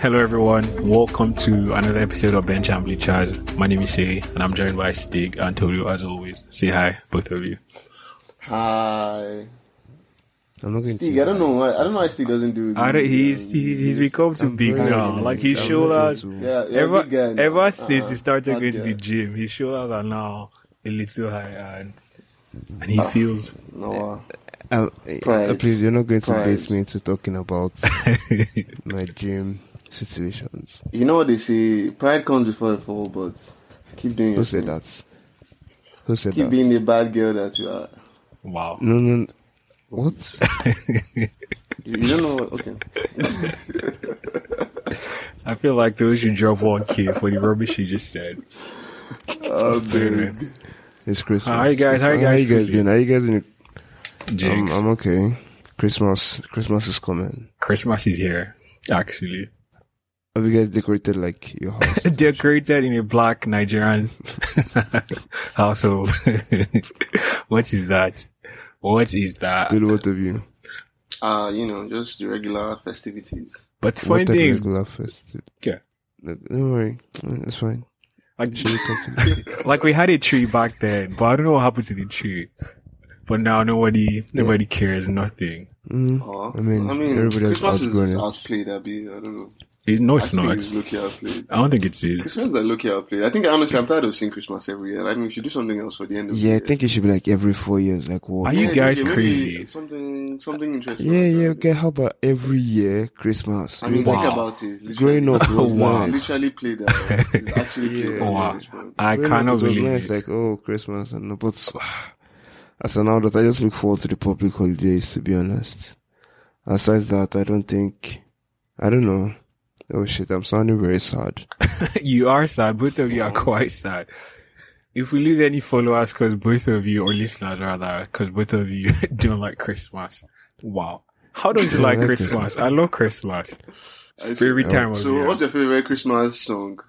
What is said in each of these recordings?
Hello, everyone. Welcome to another episode of Bench Ambly Chaz. My name is Shay, and I'm joined by Stig and Tolu as always. Say hi, both of you. Hi, I'm not going Steve. to. I don't know. Why, I don't know why Steve doesn't do. I don't, he's, he's he's become too big very now. busy. Like his I'm shoulders. very busy. Yeah, yeah, Ever, big guy now. ever since he Uh-uh. started Not going to the yet. gym, his shoulders are now a little high, and and Ah. he feels No, uh, Um, Pride. uh, please, you're not going to Pride. bait me into talking about my dream situations. uh, you know what they say. Pride comes before the fall, but keep doing your Who said thing. that? Who said Keep that? being the bad girl that you are. wow. no, no. no. What? You, you don't know. what- Okay. I feel like Tolu should drop one K for the rubbish he just said. Oh, baby. Amen. it's Christmas. How are you guys- how are you guys How you guys feeling? doing? How you guys doing? I'm, Um, Jinx. I'm okay. Christmas. Christmas is coming. Christmas is here, actually. Have you guys decorated like your house? decorated in a black Nigerian household. what is that? What is that? Tell what of you. Uh, you know, just the regular festivities. But funny what type of thing is, regular fest? Yeah. No, don't worry. It's fine. like, Should we continue? like we had a tree back then, but I don't know what happened to the tree. But now nobody, nobody cares, nothing. mm. Oh, I mean, everybody has Christmas is outgrown it. outplayed. I be. I don't know. It, no, it's I think not. it's looking outplayed. I don't think it is. Christmas is looking outplayed. I think honestly, I'm tired of seeing Christmas every year. I mean, we should do something else for the end of the Yeah, I year. think it should be like every four years. Like what? Are you Yeah, guys maybe crazy? Something, something interesting. Yeah, like that. yeah, okay. How about every year Christmas? I mean, Like, think Wow. about it. Literally, growing up, it was Wow. It's nice. literally played that. It's actually played that. Wow. at this point. I Growing up, cannot it was believe nice, it. like oh Christmas and all, but as an adult, I just look forward to the public holidays. To be honest, aside that, I don't think, I don't know. Oh shit, I'm sounding very sad. you are sad. Both of you are quite sad. If we lose any followers, because both of you, or listeners rather, because both of you don't like Christmas. Wow. How don't you I like like Christmas? I love Christmas. It's Favorite time of So, year. what's your favorite Christmas song?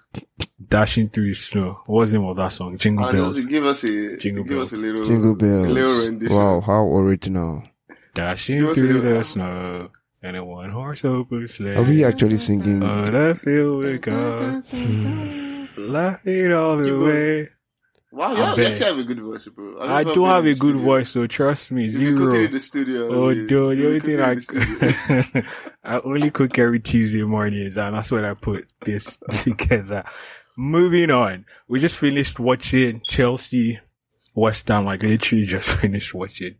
Dashing through the snow. What's the name of that song? Jingle And bells. also give us a Jingle give us a little Jingle a little bells. rendition. Wow, how original. Dashing Give us a through little- the snow. And a one horse open Are we sleigh. actually singing? Uh, On a field we go. Laughing all the Keep going. way. Wow, you, I have, you bet. actually have a good voice, bro. I love do how have you a good do voice, so trust me. You be cooking Zero. in the studio. Oh, babe. dude, the You only be thing cooking in the studio. I, I only cook every Tuesday mornings, and that's when I put this together. Moving on, we just finished watching Chelsea West Ham. Like literally, just finished watching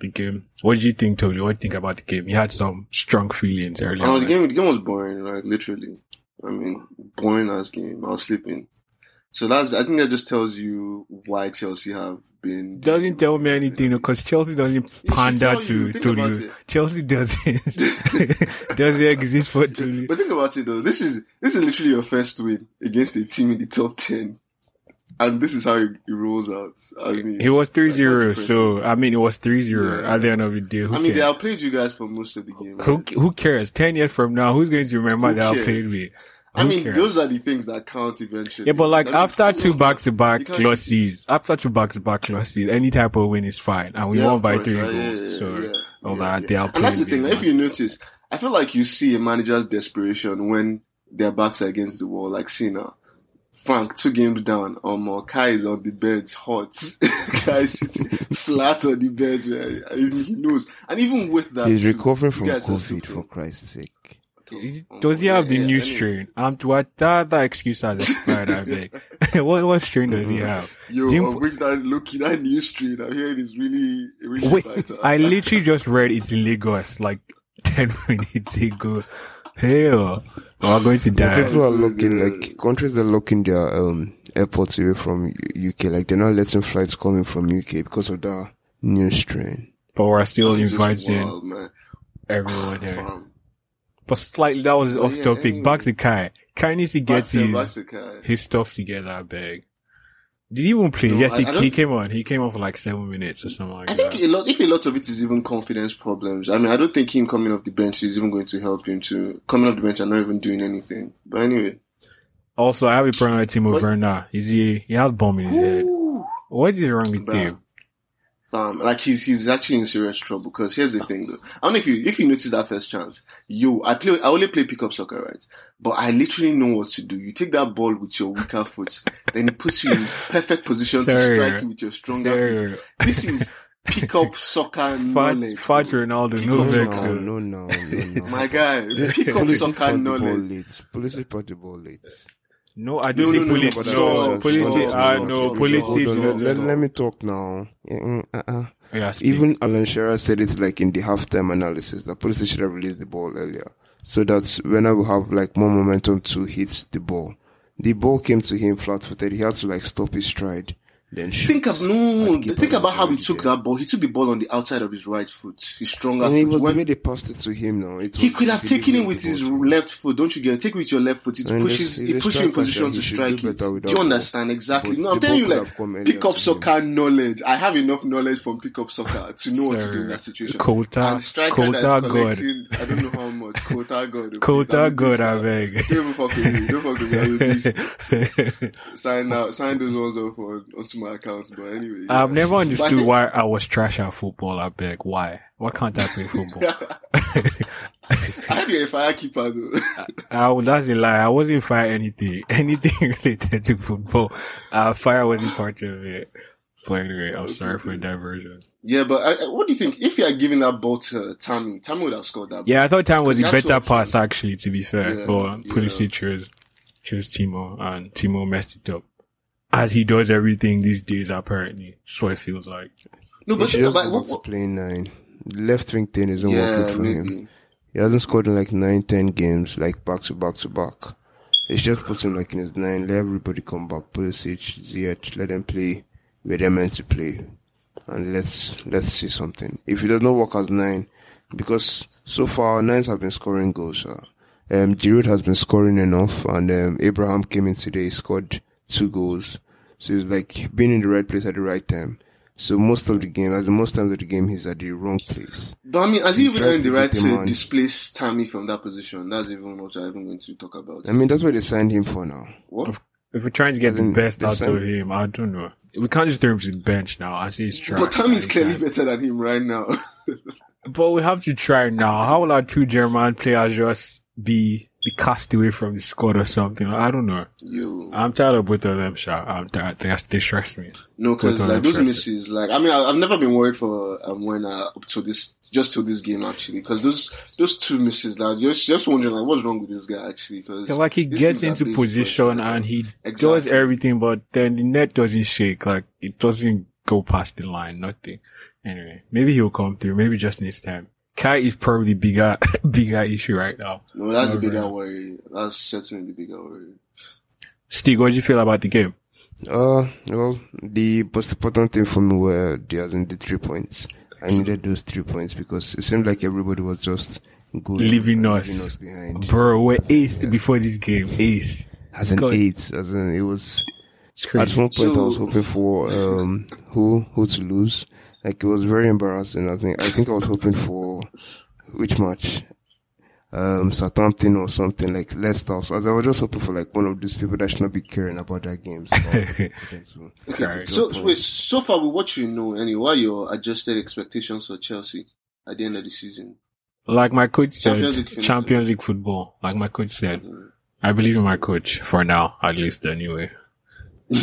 the game. What did you think, Tony? What do you think about the game? You had some strong feelings earlier. Oh, on. the game, the game was boring, like literally. I mean, boring ass game. I was sleeping. So that's. I think that just tells you why Chelsea have been. Doesn't tell me anything because Chelsea doesn't should pander tell to you. Think about Tolu. it. Chelsea doesn't doesn't exist for Tolu. But think about it though. This is this is literally your first win against a team in the top ten, and this is how it, it rolls out. I mean, It was 3 0, impressive. so I mean, it was 3 0 Yeah. at the end of the day. Who, I mean, they cares? outplayed you guys for most of the game. right? who, who cares? 10 years from now, who's going to remember Who that I cares? played me? I Who mean, cares? those are the things that count eventually. yeah, but like I mean, after it's two not- back to you back can't just- losses, after two back to back losses, any type of win is fine. And we Yeah, won of by course, three right? goals. Yeah, yeah, so, yeah, all yeah, that, yeah. they outplayed And that's the me, thing. man. If you notice, I feel like you see a manager's desperation when their backs are against the wall, like Cena. Frank, two games down. Um, Kai is on the bench, hot. Kai is sitting flat on the bench. right? I mean, he knows. And even with that, He's too, recovering you from guys are COVID, stupid. for Christ's sake. Is- Does he have the Yeah, new anyway. strain? Um, what that, that excuse has expired, I beg. what, what strain does he have? Yo, Jim- of which that look that new street I'm hearing is really, really Wait, vital. I literally just read it's in Lagos like 10 minutes ago. Hell, we're going to Yeah, die. people are so locking good. like countries are locking their um airports away from U- UK. Like they're not letting flights coming from UK because of that new strain. But we're still It's just inviting wild, man. everyone here. Fam. But slightly, that was off Oh, yeah, topic. anyway. Back to Kai. Kai needs to Back get to- back his, to Kai. his stuff together, I beg. Did he even play? No, yes, I- he, I don't- he came on. He came on for like seven minutes or something like I that. think a lot, if a lot of it is even confidence problems. I mean, I don't think him coming off the bench is even going to help him to coming off the bench and not even doing anything. But anyway, also, I have a problem with Timo What? Werner. Is he, he has bomb in his head. Ooh, What is wrong with Bruh. him? Um, like he's he's actually in serious trouble because here's the thing though. I don't know if you if you notice that first chance. Yo, I play I only play pickup soccer, right? But I literally know what to do. You take that ball with your weaker foot, then it puts you in perfect position Sir. to strike you with your stronger foot. Sir, This is pickup soccer fat, knowledge. fat bro. Ronaldo, Oh, no No, vex. no, oh. no, no, no. My guy, pickup Police soccer report the ball knowledge. late. Police report the ball late. No, I don't No, say no, no, police. but No, that was- police. stop, Ah, stop, no, stop, police. stop. Hold on, let, no. let, let me talk now. Yeah, mm, uh-uh. Yeah, speak. Even Alan Shearer said it like in the halftime analysis that police should have released the ball earlier, so that Werner will have like more momentum to hit the ball. The ball came to him flat-footed. He had to like stop his stride, then shoot. Think of no. And keep Think on about how he going took there. that ball. He took the ball on the outside of his right foot, his stronger And it was foot. the way When they passed it to him. Now it he was could have taken it delivery with of the his ball to him. left foot. Don't you get? it? Take it with your left foot. It And pushes. he's- he's It a puts you in striker, position so to he should strike do it. better Do without you the ball. understand exactly? But No, I'm the telling you, ball could have come like earlier pick up to him. soccer knowledge. I have enough knowledge from pick up soccer to know what to do in that situation. Kota- and striker Kota that's God. collecting. I don't know how much. Kota God. Kota God, I Don't beg. even fuck with me. Don't fuck with me. I'm a beast. sign out, sign those ones up on, onto my account. But anyway, yeah. I've never understood think- why I was trash at football. I beg. Why? Why can't I play football? I be a fire keeper though. I, was- that's a lie. I wasn't fire anything, anything related to football. Uh, fire wasn't part of it. But anyway, I'm sorry for the diversion. yeah, but I, I- what do you think? If you had given that ball to uh, Tammy, Tammy would have scored that. Yeah, I thought time was a Because that's better what- pass actually, to be fair. Yeah, but yeah. Pulisic chose, chose Timo and Timo messed it up. As he does everything these days, apparently. That's what it feels like. Ball. No, He but should think just about go back what. to what playing nine. The left wing thing isn't yeah, working for him. maybe. He hasn't scored in like nine, ten games, like back to back to back. It's just put him like in his nine. Let everybody come back. Pulisic, Ziyech, let them play where they're meant to play, and let's let's see something. If it does not work as nine, because so far our nines have been scoring goals. Uh, um, Giroud has been scoring enough, and um, Abraham came in today, he scored two goals. So it's like being in the right place at the right time. So most of the game, as the most times of the game, he's at the wrong place. But I mean, has he even Tries earned to the right beat him to on. displace Tammy from that position? That's even what I'm even going to talk about. I mean, that's what they signed him for now. What? If we're trying to get the Doesn't- best out doesn't- of him, I don't know. We can't just throw him to the bench now. I say he's trash. But Tammy is Like, clearly uh, better than him right now. But we have to try now. How will our two German players just be be cast away from the squad or something? I don't know. Yo. I'm tired of both of them, Sha. I'm tired. They, they stress me. No, because Both are like those interested. misses, like I mean, I, I've never been worried for um, when uh, up to this, just till this game actually, because those those two misses, like you're just wondering like what's wrong with this guy actually, because It's like he gets into position and he does Exactly. everything, but then the net doesn't shake. Like it doesn't go past the line. Nothing. Anyway, maybe he'll come through. Maybe just next time. Kai is probably bigger, bigger issue right now. no, that's the Alright. bigger worry. That's certainly the bigger worry. Stig, what do you feel about the game? Uh, well, the most important thing for me were the, as in the three points. I needed those three points because it seemed like everybody was just going Leaving and us. leaving us behind. Bro, we're eighth before this game. Eighth. As an God. eight, as in it was. It's At crazy. one point, I was So- hoping for um who who to lose. Like it was very embarrassing. I think I think I was hoping for which match, um Southampton or something like Leicester. or So I was just hoping for like one of these people that should not be caring about their games. Okay. So wait, so far with what you know, anyway, what are your adjusted expectations for Chelsea at the end of the season? Like my coach said, Champions Champions League League, finish. football. Like my coach said, I believe in my coach for now, at least anyway.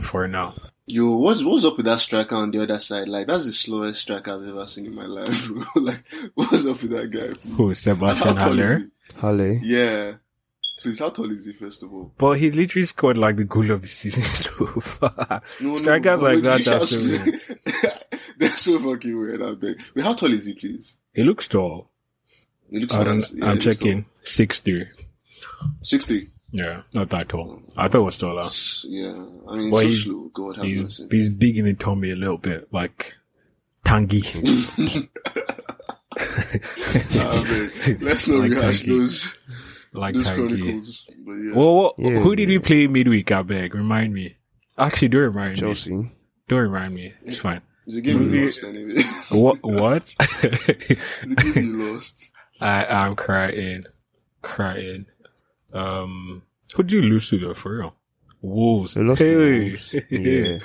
for now, Yo, what's what's up with that striker on the other side? Like that's the slowest striker I've ever seen in my life. Bro. like what's up with that guy? who How Sebastian tall is Haller? he? Halle. Yeah. Please, how tall is he, first of all? But he's literally scored like the goal of the season so far. Strikers but like that, that's you shall so weird. see- That's so fucking weird, I bet. Wait, how tall is he, please? He looks tall. He looks I don't, nice. Yeah, I'm he looks checking. Six three. tall. 6'3. Yeah, not that tall. I thought it was taller. Yeah. I mean, Well, so he's- slow. God have He's, mercy. he's big in the tummy a little bit, like tangy. I bet. Let's not Like Tanguy. like rehash those, those tangy. chronicles. But yeah. Well, what, Yeah. who did we play midweek? I beg. Remind me. Actually, don't remind me. Chelsea. Don't remind me. It's fine. it's a game movie- you lost, anyway. the What? What? game you lost. I I'm crying, crying. Um, who do you lose to though? For real, Wolves. They lost to hey. Wolves.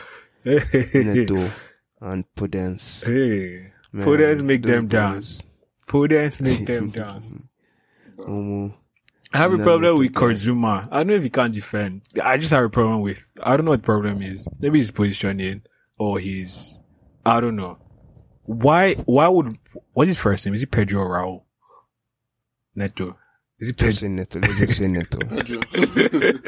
Yeah. Hey. Neto. and Prudence. Hey, Man, Prudence make those them down. boys. Prudence make them down. Omo. I have a No, problem it's with okay. Korzuma. I don't know if he can't defend. I just have a problem with. I don't know what the problem is. Maybe his positioning or his. I don't know. Why? Why would? What's his first name? Is it Pedro or Raul? Neto. Is it Just Pedro? say Neto. Let's just say oh. Neto. Pedro.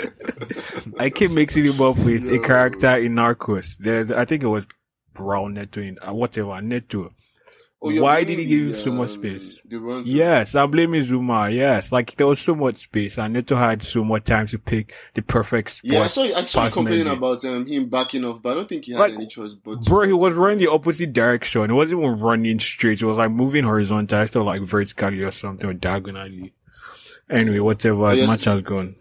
I keep mixing him up with a Yo. character in Narcos. There's, I think it was Raul Neto in uh, whatever Neto. you're Why blaming did he give the, him so much um, space? The run Yes, I'm blaming Zuma. Yes, like there was so much space, and Neto had so much time to pick the perfect spot. Yeah, I saw, I saw you Pass complaining Mendy. about um, him backing off, but I don't think he had Like, any choice but to Bro, he was running the opposite direction. He wasn't even running straight. He was like moving horizontally, still like vertically or something, or diagonally. Anyway, whatever. Oh, yes. The match has gone.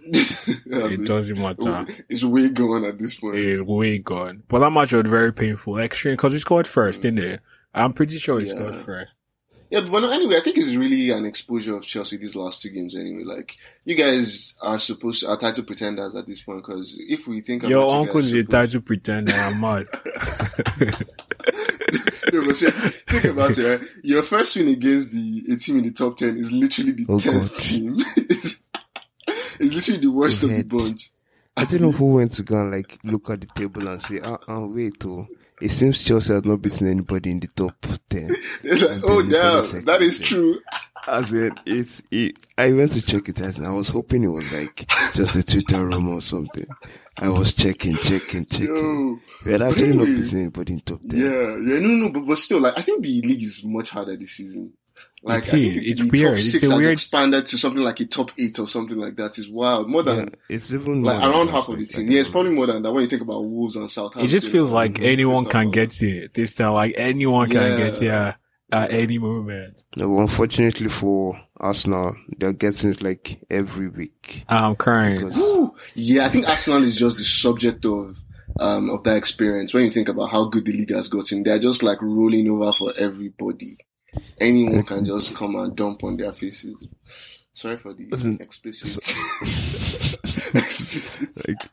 I mean, It doesn't matter. It's way gone at this point. It's way gone. But that match was very painful, extreme, because he scored first, didn't he? I'm pretty sure he Yeah. scored first. Yeah, but no, anyway, I think it's really an exposure of Chelsea these last two games. Anyway, like you guys are supposed are title pretenders at this point because if we think about Your you uncle's guys a supposed- title pretender. I'm mad. No, but seriously, think about it. Right? Your first win against the a team in the top ten is literally the Oh, tenth God. team. it's literally the worst of the Head. bunch. I don't know who went to go and like look at the table and say, uh uh wait, oh, it seems Chelsea has not beaten anybody in the top 10. It's like, Until oh the twenty damn, second, that is yeah. true. I said, it, it, I went to check it out and I was hoping it was like just a Twitter rumor or something. I was checking, checking, checking. Yo, We had actually not really? beaten anybody in top 10. yeah, yeah, no, no, but, but still, like I think the league is much harder this season. Like It I think is. the, It's the weird. top It's six a has weird- expanded to something like a top eight or something like that. Is wild. More than Yeah, it's even like more than around that, half of the like, team. like, Yeah, it's probably more than that when you think about Wolves and Southampton. It just feels like Mhm. anyone Crystal can Palace. get it. This time, like anyone Yeah. can get here at any moment. No, but unfortunately for Arsenal, they're getting it like every week. I'm crying. Because Woo! Yeah, I think Arsenal is just the subject of um of that experience. When you think about how good the league has gotten, they're just like rolling over for everybody. Anyone can just come and dump on their faces. Sorry for the Listen, explicit. explicit. like,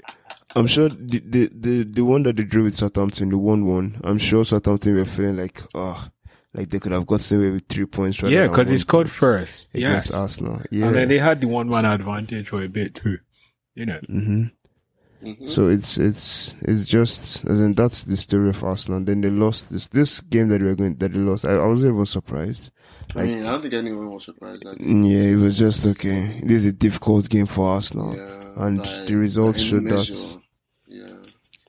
I'm sure the, the, the, the one that they drew with Southampton, the 1 1, I'm sure Southampton were feeling like, oh, like they could have gotten away with three points rather Yeah, than because one he scored point first. Against Yes. Arsenal. Yeah. And then they had the one man advantage for a bit too. You know. hmm Mhm. So it's it's it's just as in that's the story of Arsenal. Then they lost this this game that we were going that they lost. I, I wasn't even surprised. I Like mean, I don't think anyone was surprised. That mm, yeah, it was just okay. This is a difficult game for Arsenal. yeah, and uh, by- the results by any showed that- measure. Yeah.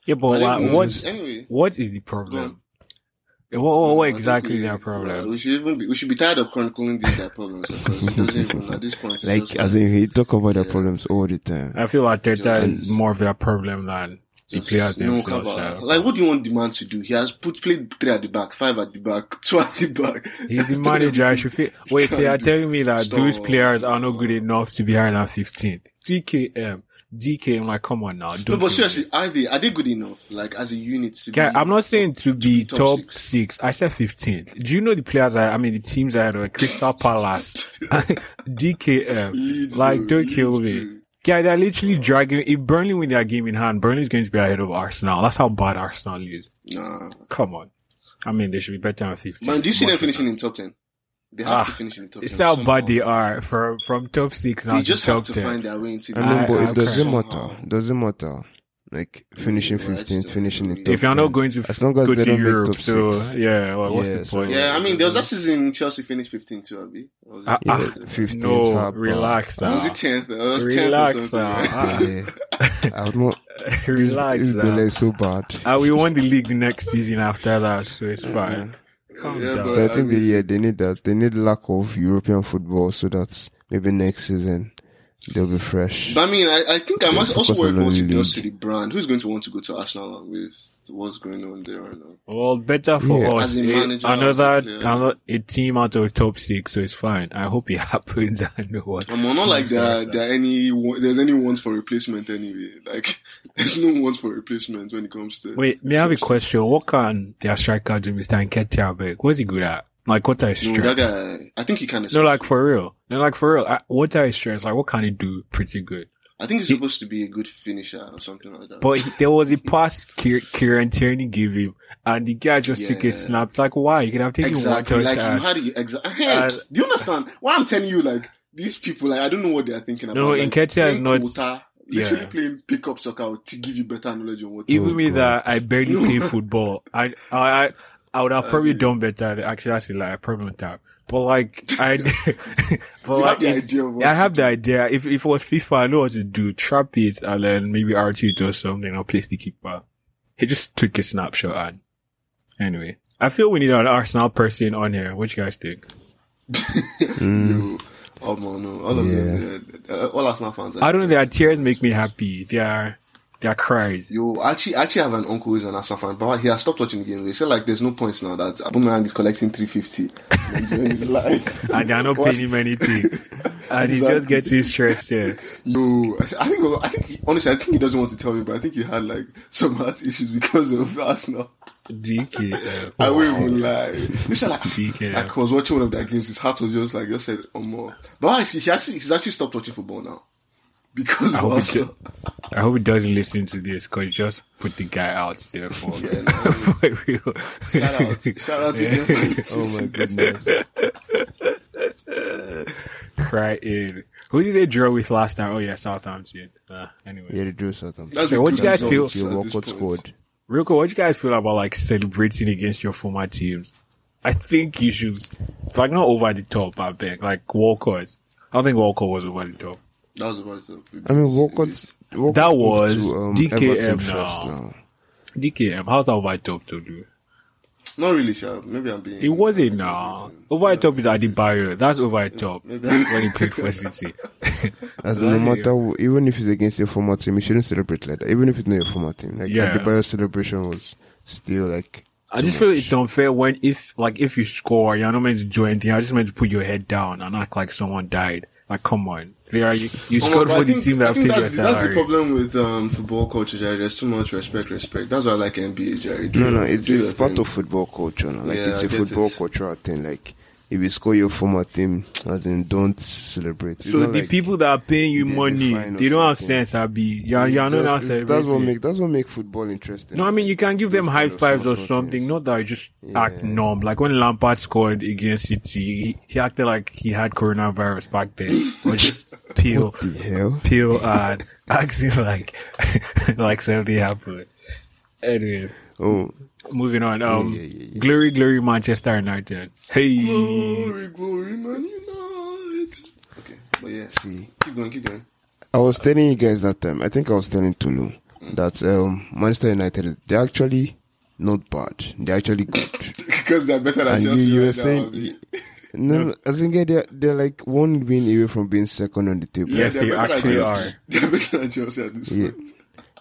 Yeah, but But like, anyway, what anyway? what is the Go on. problem? What, what, what I think exactly we- is their yeah, problem? we should even be, we should be tired of chronicling these their problems because it doesn't even at this point. it's Like just- as in he talk about their Yeah. problems all the time. I feel like Teta is Just- more of their problem than the just players no themselves. cover. yeah. Like what do you want the man to do? He has put played three at the back, five at the back, two at the back. He's Still the manager. I everything. should feel. Wait, so you're Can't do- telling me that Stop. those players are not good enough to be higher than 15th? DKM, DKM, like, come on now. Don't No, do but it. seriously, are they are they good enough? Like as a unit? To Guy, be- I'm not saying to be top top six. six. I said 15th. Do you know the players? I, I mean, the teams I had were Crystal Palace, DKM. Leeds Like, though, don't Leeds kill me. too. Yeah, they're literally dragging. If Burnley win their game in hand, Burnley's going to be ahead of Arsenal. That's how bad Arsenal is. Nah, Come on. I mean, they should be better than 15th. man. Do you see them Much better. finishing in top ten? They have Ah, to finish in the top ten. It's how somehow. bad they are from, from top six now They to just have top to 10. find their way into. the I know, I- but I it doesn't somehow. matter. Doesn't matter. Like finishing Well, that's fifteenth, the- finishing in top if you're not 10. going to As long as go they to don't make Europe, top so six. yeah, well, what's Yeah, the so- point? Yeah, I mean, there was that season Chelsea finished 15 too, Abby. Or was it- Ah, yeah, ah, fifteenth, no, how bad? relax, Or was now. it 10th? Or was it 10th or Relax something? now. right? Ah. Yeah. I would not relax. This now. delay is so bad. Ah, we won the league the next season after that, so it's fine. Calm Yeah, down. but- So I think I they yeah they need that they need lack of European football so that maybe next season they'll be fresh. But I mean, I, I think I'm Yeah, also focus worried on about what it the does league. to the brand. Who's going to want to go to Arsenal with what's going on there right now? Well, better for Yeah. us. As a Eh, manager, another, yeah. another a team out of the top six, so it's fine. I hope it happens. I know what. I'm not like there, are- Sorry, there are any one- there's any ones for replacement anyway. Like there's no ones for replacement when it comes to. Wait, may I have a Top six. question? What can their striker do, Mister Nketiah? Beg? What's he good at? Like, what are his no, strengths? that guy. I think he kind of. Uh, No, like for real. No, like for real. I, what are his strengths? Like, what can he do? Pretty good. I think he's He- supposed to be a good finisher or something like that. But he- there was a pass Kier- Kieran Tierney gave him, and the guy just took Yeah. a snap. Like, why? You could have taken exactly, one touch. like and- you had you exactly. and- do you understand what I'm telling you? Like these people, like I don't know what they are thinking about. No, like, Nketiah is playing not- Kouta, literally Yeah. playing pickup soccer to give you better knowledge on what. to even Oh, me God. that I barely No. play football, I I I, I would have I probably mean- done better. Actually, that's a lie. I probably would have. But like I, but You like have the it's- idea of what I to have the do. idea. If if it was FIFA, I know what to do. Trap it and then maybe RT it or something or place the keeper. He just took a snapshot and anyway. I feel we need an Arsenal person on here. What you guys think? you. Oh man, no, all of them, yeah, uh, all Arsenal fans. I don't know. Their tears make me happy. Their their cries. Yo, I actually, I actually have an uncle who's an Arsenal fan, but he has stopped watching the game. He said like, there's no points now that Aubameyang is collecting 350 enjoying his life. And they're not What- paying him anything. And he just Exactly. gets his stress there. Yo, I think, I think, he, honestly, I think he doesn't want to tell me, but I think he had like some health issues because of Arsenal. DK. uh, I won't even lie. You said like, DK. like, I was watching one of their games. His heart was just like, just said, oh more. But actually, he actually, he's actually stopped watching football now because of hope he Arsenal. I hope he doesn't listen to this because just put the guy out there for, Yeah, no. for real. Shout out, shout out to him. Oh my goodness. Cry in. Who did they draw with last time? Oh yeah, Southampton. Uh, anyway, yeah, they drew Southampton. That's So a what do you guys good feel- result Your at this walkout point. squad. real cool. What do you guys feel about like celebrating against your former teams? I think you should like not over the top. I beg like Walcott. I don't think Walcott was over the top. That was about the I mean, Walcott's. Walcott That moved was DKM um, Everton now. now. DKM, um, how's that over the top to do? Not really sure. Maybe I'm being. It wasn't now. Over the top is Adebayo. That's over the top when Maybe. he played for City. As no matter, who- even if it's against your former team, you shouldn't celebrate like that. Even if it's not your former team, like Yeah. the bio celebration was still like. I too just feel much. it's unfair when if like if you score, you're not meant to do anything. You're just meant to put your head down and act like someone died. Like, come on, they are, you, you Oh, scored but I for the think- team I that think paid your that's, that's the salary. problem with um, football culture, Jerry. There's too much respect, respect. That's why I like NBA, Jerry. Do No, no, your- it's, do your it's part thing. of football culture. Now. Like Yeah, it's I a get football it. cultural thing. Like if you score your former team, as in don't celebrate. It's So not the like- people that are paying you there's a money, fine or they don't have something. sense. I be you're, you're not Just- now it's- That's what celebrating. make that's what make football interesting. no, I mean you can give them Those high kind of fives or small, small something. things. Not that you just act numb. Like when Lampard scored against City, he, he acted like he had coronavirus back then, or just peel. the hell. peel and acting like like something happened. Anyway, Oh, moving on. Um, Yeah, yeah, yeah, yeah. glory, glory, Manchester United. Hey, Glory, glory, man, United. Okay, but yeah, see, keep going, keep going. I was telling you guys that time. I think I was telling Tulu that um, Manchester United they're actually not bad. They're actually good. Because they're better than and you, Chelsea. you were right now, saying I mean. no, no, I think yeah, they're they're like one win away from being second on the table. Yes, They're they better than actually Chelsea. are. They're better than Chelsea at this Yeah. point.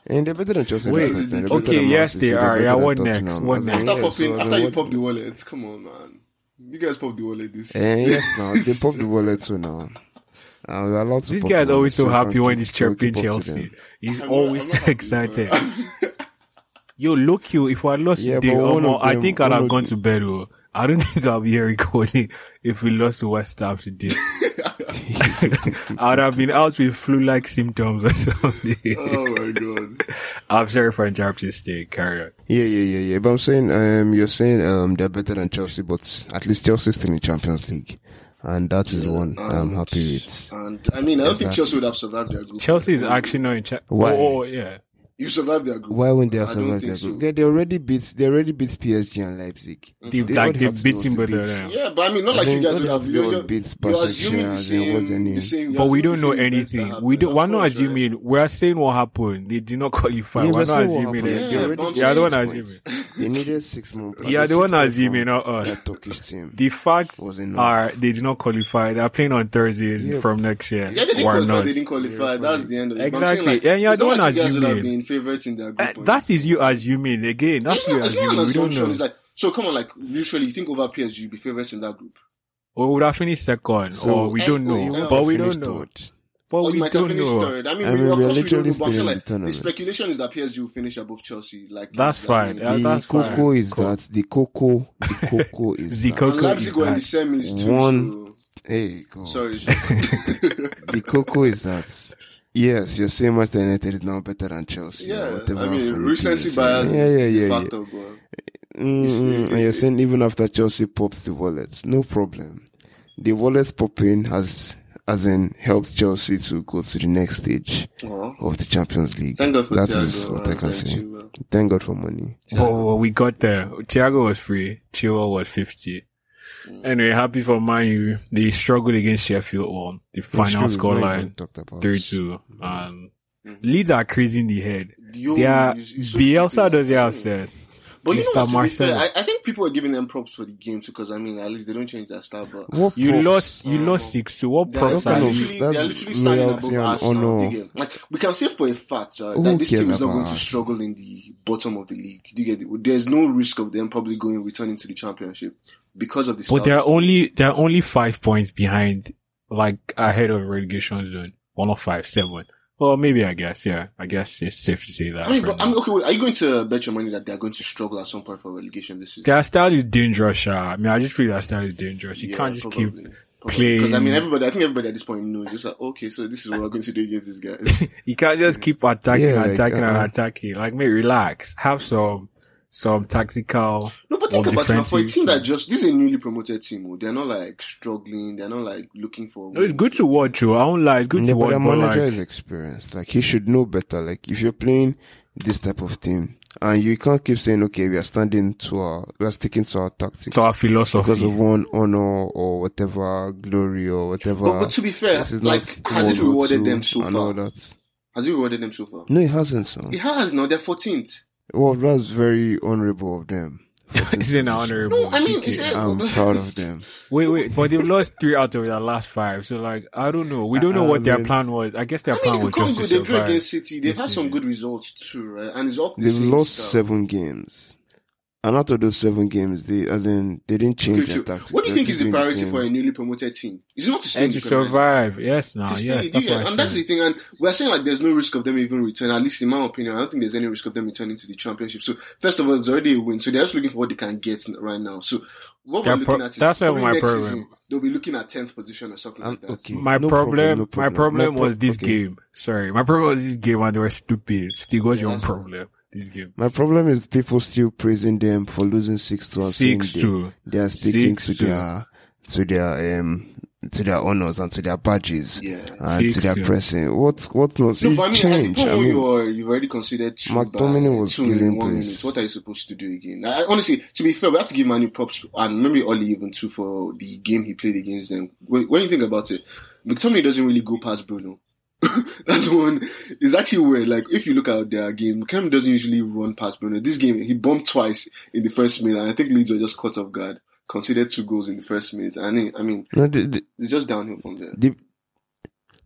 and they're better than Chelsea. Wait, They're better okay, than Man yes, City, they they're are. better Yeah, than what next? Tottenham. What I mean, next? After, yeah, so, popping, I after mean, you what- pop the wallet, come on, man. You guys pop the wallet this. Eh, yes, now they popped the wallet too now. Uh, we're allowed to this pop guy's the always so wallet, happy can't when keep- he's can't chirping keep up to them. Chelsea. He's I'm not- I'm always not happy, excited. man. Yo, look, you. If I lost Yeah, today, but one Omo, of I them- think I'd one have of gone the- to bed. oh. I don't think I'll be here recording if we lost to West Ham today. I'd have been out with flu-like symptoms or something. oh my god. I'm sorry for interrupting, Stay Carry on. Yeah, yeah, yeah, yeah. But I'm saying, um, you're saying um, they're better than Chelsea, but at least Chelsea's still in Champions League, and that is one I'm happy with. And I mean, I don't think Chelsea would have survived their group. Chelsea is actually not in Chelsea. Why? Oh, oh, yeah. You survived their group. Why wouldn't they have I don't survived their think group? so. Yeah, they already beat they already beat PSG and Leipzig. They, They like, don't they have to beat go him, to but beat. they're- Yeah, but I mean, not like think you guys all would they have. have to do You're, was you're, beat you're Barca, assuming the Shea, same. what's their The name? same you're But we don't assuming know the same events that anything. happened. We don't. Of We're not course, right? assuming. We're saying what happened. They did not qualify. we're Yeah, but not still assuming. what happened? anything. They Yeah, already but I'm got yeah, the one six assuming. points. They needed six more. points. Yeah, They the one six points assuming, from not us. That Turkish team. uh, The facts Was enough. are they did not qualify. They are playing on Thursdays Yeah. from next year. Yeah, they didn't Why qualify. not? They didn't qualify. That's the end of it. But I'm Exactly. saying, Like, Yeah, yeah, it's the not one like you guys would have assuming. been favorites in their Uh, group. that is you assuming again. That's It's you not, it's not assuming. an We don't assumption. know. It's like so. Come on, like usually you think over PSG you'd be favorites in that group. or Oh, would have finished second, or we eh, don't you know. wouldn't But have we don't know. Third. But or you we might have don't finished know. third. I mean, I we, mean, of we are course we don't know. But literally I'm still saying, in the like the tournament. speculation is that PSG will finish above Chelsea. Like That's like, fine. Yeah, the that's fine. cocoa is that the cocoa the cocoa is The that. cocoa And Leipzig is were in the that. semis too. One- Hey, God. So, sorry. The cocoa is that Yes, you're saying Manchester United is now better than Chelsea. or Yeah, whatever I mean, funny recency things. bias Yeah, is, yeah, is yeah. a yeah. factor, but Mm, It's- and you're saying even after Chelsea pops the wallet, no problem. The wallet popping has, as in, helped Chelsea to go to the next stage Aw. of the Champions League. thank God for That Thiago. is what I man. can Thank say. you, man. Thank God for money. But we got there. Thiago was free. Chilwell was 50. Mm. Anyway, happy for Man U. They struggled against Sheffield on the final Which we've not even scoreline talked about. 3 2. Mm. Um, Mhm. Leeds are crazy in the head. Yo, They are, you- you- so Bielsa stupid. does their upstairs. But you know what? Mr. To be fair, Marcelo. I, I think people are giving them props for the game because I mean, at least they don't change their style. But What You props? lost, you um, lost 6 2. What They are, props they are are That's- you? literally, that's they are literally standing loyalty above and Arsenal. honor. Again. Like we can say for a fact right, Who that this team cares is not about going to Arsenal? struggle in the bottom of the league. Do you get it? There's no risk of them probably going returning to the championship because of this. But they are only, they are only five points behind, like ahead of relegation zone. One of five, seven. Well, maybe I guess, yeah. I guess it's safe to say that. I mean, for but now. I mean, okay. Wait, are you going to bet your money that they are going to struggle at some point for relegation this season? Their style is dangerous, Sha. I mean, I just feel their style is dangerous. You Yeah, can't just keep. probably. playing- Because I mean, everybody. I think everybody at this point knows. It's like, okay, so this is what we're going to do against these guys. You can't just keep attacking, Yeah, like, attacking, uh-uh. and attacking. Like, mate, relax. Have some, some tactical. No, but Well, think about it. man. For a defensive- team that just this is a newly promoted team, oh, they're not like struggling. They're not like looking for. No, it's good to watch, you. I won't lie. It's good Yeah, to but watch, the but manager like, is experienced. Like he should know better. Like if you're playing this type of team and you can't keep saying, okay, we are standing to our, we are sticking to our tactics it's our because philosophy. of one honor or whatever glory or whatever. But, but to be fair, This is not like has it World War rewarded Two them so and all far? that. Has it rewarded them so far? No, it hasn't. So It has now. They're fourteenth. well, that's very honorable of them. It's an honorable. No, I mean, PK. it's eh, a- I'm proud of them. wait, wait, but they've lost three out of their last five. So, like, I don't know. We don't know Uh-uh, what their man. plan was. I guess their I mean, plan they was could come just good. to They've drawn survive. against City. They've had some good results too, right? And it's off. the They've same lost style. seven games. And out of those seven games, they as in they didn't change Okay, their true. tactics. What do you They're think is the keeping the priority same. for a newly promoted team? It's not to stay in And the to Premier League. survive. Yes, To now. stay, Yes, you Ah, that's get- what I'm and that's the saying. thing. And we're saying like there's no risk of them even returning. At least in my opinion, I don't think there's any risk of them returning to the championship. So first of all, it's already a win. So they're just looking for what they can get right now. So what Their we're pro- looking at is that's where probably my next problem- season, they'll be looking at tenth position or something Um, like that. okay. My No problem, problem, no my problem. problem No pro- was this okay. game. Sorry, my problem was this game, and they were stupid. Still, what's your own that's fine. problem? This game, My problem is people still praising them for losing six to and saying six they- two. They are sticking Six to to- their to their um to their honors and to their badges Yeah. and Six to their to- pressing. What what not? No, you but I mean, change. at the I point when mean, you are, you've already considered two McTominay by was two in giving one place. minute. What are you supposed to do again? I, I- honestly, to be fair, we have to give Manu props and maybe Oli even too for the game he played against them. When, when you think about it, McTominay doesn't really go past Bruno. That's one. It's actually weird. Like if you look at their game, McTominay doesn't usually run past Bruno. This game, he bombed twice in the first minute, and I think Leeds were just caught off guard. Considered two goals in the first minute, and it- I mean, no, the, the, it's just downhill from there. the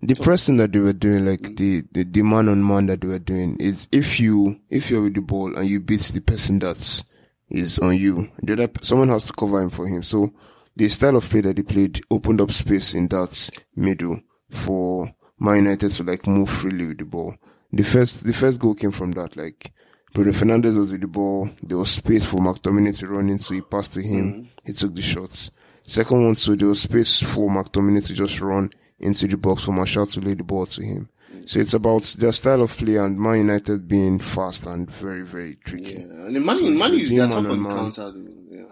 the pressing that they were doing, like the, the, the man on man that they were doing, is if you if you're with the ball and you beat the person that is on you, the other pe- someone has to cover him for him. So the style of play that they played opened up space in that middle for Man United to like move freely with the ball. The first the first goal came from that, like Bruno Fernandez was with the ball. There was space for McTominay to run into. He passed to him. He took the shots. Second one, so there was space for McTominay to just run into the box for Marshall to lay the ball to him. So it's about their style of play and Man United being fast and very, very tricky. Yeah, and Manu, So, Manu is being their top on man on the man. counter. Though. Yeah.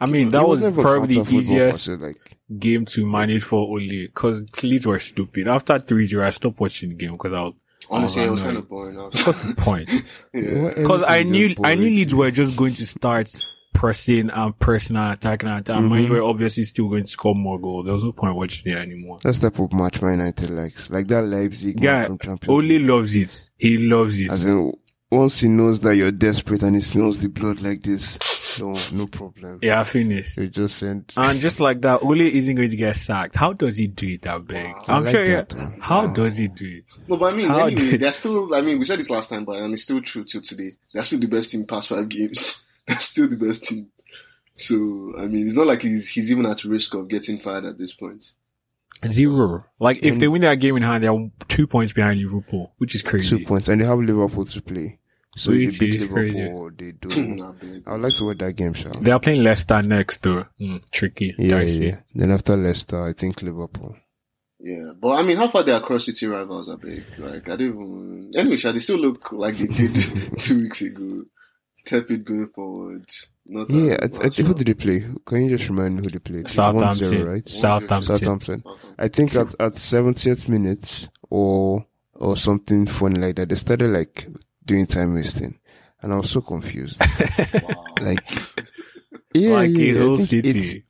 I mean, It that was never probably the counter-football, easiest but, like, game to manage for Ole because Leeds were stupid. After 3-0, I stopped watching the game because I was Honestly, I it was know. kind of boring. Out. what's the point? yeah. Because I everything knew just I knew boring. Leeds were just going to start pressing and pressing and attacking and attacking. Mm-hmm. Man, you were obviously still going to score more goals. There was no point watching it anymore. That's the type of match Man United likes. Like that Leipzig Guy, match from Champions Ole League. loves it. He loves it. As in, once he knows that you're desperate and he smells the blood like this, no, no problem. Yeah, Ah, finished. You just send. And just like that, Ole isn't going to get sacked. How does he do it, I beg? I I'm like sure. that he- one. How does he do it? No, but I mean, How anyway, did- they're still. I mean, we said this last time, but and it's still true till today. They're still the best team past five games. they're still the best team. So I mean, it's not like he's he's even at risk of getting fired at this point. Zero. Like if they win that game in hand, they're two points behind Liverpool, which is two crazy. points, and they have Liverpool to play. So Which if they beat is Liverpool, they do. Nah, babe. I would like to watch that game, shall? They are playing Leicester next, though. Mm, tricky. Yeah, dicey. yeah, yeah. Then after Leicester, I think Liverpool. Yeah, but I mean, how far they are cross city rivals are big? Like, I don't even. Anyway, shall they still look like they did two weeks ago? Tepid going forward. Not that Yeah, I, I much, think who uh, did they play? Can you just remind me who they played? Southampton. 1-0, right? Southampton. Southampton. Okay. I think at, at 70th minute or or something funny like that, they started like doing time wasting. And I was so confused. Wow. Like, yeah, like yeah, a I whole think it's city.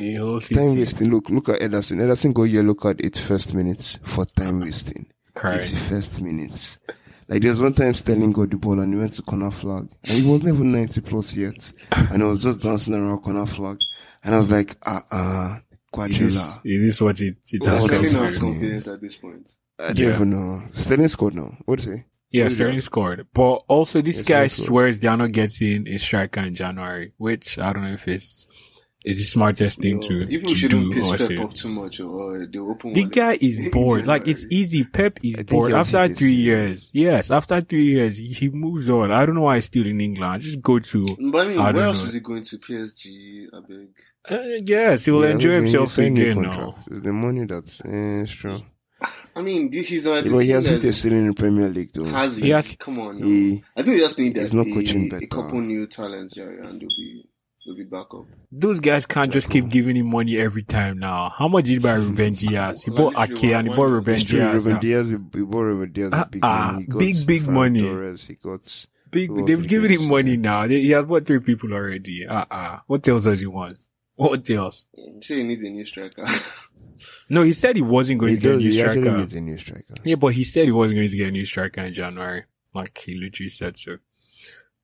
A whole Time city. wasting. Look, look at Ederson. Ederson got yellow card eight first minutes for time wasting. Correct. Eighty first minutes. Like there's one time Sterling got the ball and he went to corner flag and he wasn't even ninety plus yet, and he was just dancing around corner flag, and I was like, uh uh, It is, Quadrilla. it is what it, it Well, has That's Sterling come now to. is confident at this point. I don't Yeah. even know. Sterling scored now. What do you say? Yeah, Who's Sterling scored. But also, this Yeah, guy Sterling scored. swears they are not getting a striker in January, which I don't know if it's is the smartest thing No, to, people to shouldn't do. piss Or Pep say. off too much, or the open. The wallet guy in is bored. Like it's e-, January. easy. Pep I is think bored. he'll After hit this three season. years, yes, after three years, he moves on. I don't know why he's still in England. Just go to But I mean, I where don't else know. is he going to? PSG, I beg. uh, yes, he will Yeah, enjoy who's winning? himself Sign new again now. contract. It's the money that's eh, it's true. I mean, this- he's not. Yeah, but he has hit a ceiling in the Premier League though. Has he? He has- Come on, no. He- I think they just need He's that not a, coaching a better. couple new talents, yeah, and they'll be they'll be back up. Those guys can't just keep giving him money every time now. How much did he buy Ruben Diaz? He Well, bought at least Ake you and he won bought one. Ruben It's true. Diaz. Ruben now. Diaz, he he bought Ruben Diaz a big Ah, ah, money. He got big, big Ferran money. Torres. He got Who Big, else they've did given he him sign? money now. They- He has bought three people already. Uh uh What else does he want? What else? I'm sure you need a new striker. No, he said he wasn't going he to get a does- new he actually striker. needs a new striker. Yeah, but he said he wasn't going to get a new striker in January. Like he literally said so.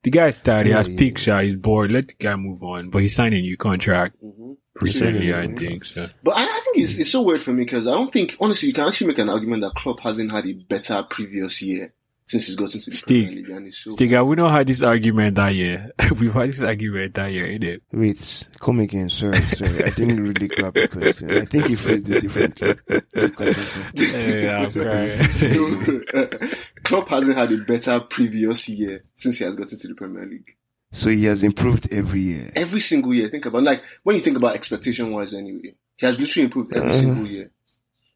The guy's tired. He Yeah, has yeah, peaks. Yeah. He's bored. Let the guy move on. But he signed a new contract Mm-hmm. hmm recently, new I contract. think. So But I, I think it's, it's so weird for me because I don't think honestly you can actually make an argument that Klopp hasn't had a better previous year since he's gotten to the Stig. Premier League, and he's so Stiga, we don't had this argument that year. We've had this argument that year, innit? Wait, come again. Sorry, sorry. I didn't really grab the question. I think he phrased it differently. So cut this one. Yeah, I'm crying. Klopp hasn't had a better previous year since he has gotten to the Premier League. So he has improved every year. Every single year, think about like when you think about expectation wise. Anyway, he has literally improved every Uh-huh. single year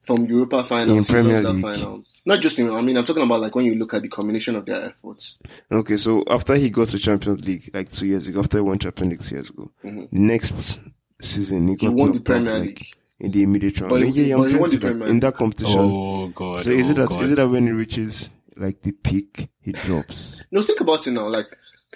from Europa final In to Premier Premier League. League. final. Not just in. I mean, I'm talking about like when you look at the combination of their efforts. Okay, so after he got to Champions League like two years ago, after he won Champions League two years ago, Mhm. next season he He got won the knocked out, Premier like, League. in the immediate round. But he- yeah, yeah, I'm but he trying won to the like, Premier in that competition. Oh god. so is oh, it that is God. it that when he reaches like the peak, he drops? No, think about it now. Like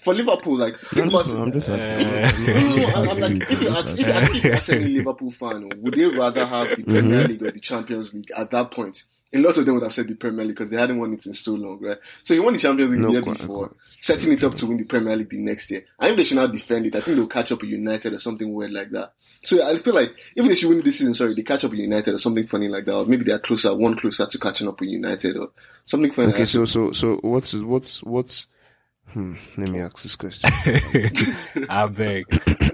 for Liverpool, like think I'm about just, it. I'm just Uh, asking. No, no, no, I'm, I'm I'm like, if you ask, just if you asking. ask, if you ask any Liverpool fan, would they rather have the Premier Mhm. League or the Champions League at that point? A lot of them would have said the Premier League because they hadn't won it in so long, right? So you won the Champions League No, the year quite- before, quite. setting it up to win the Premier League the next year. I think they should not defend it. I think they'll catch up with United or something weird like that. So I feel like even if they should win this season, sorry, they catch up with United or something funny like that, or maybe they're closer, one closer to catching up with United or something funny. Okay, like that. so so so what's what's what's? Hmm, let me ask this question. I beg.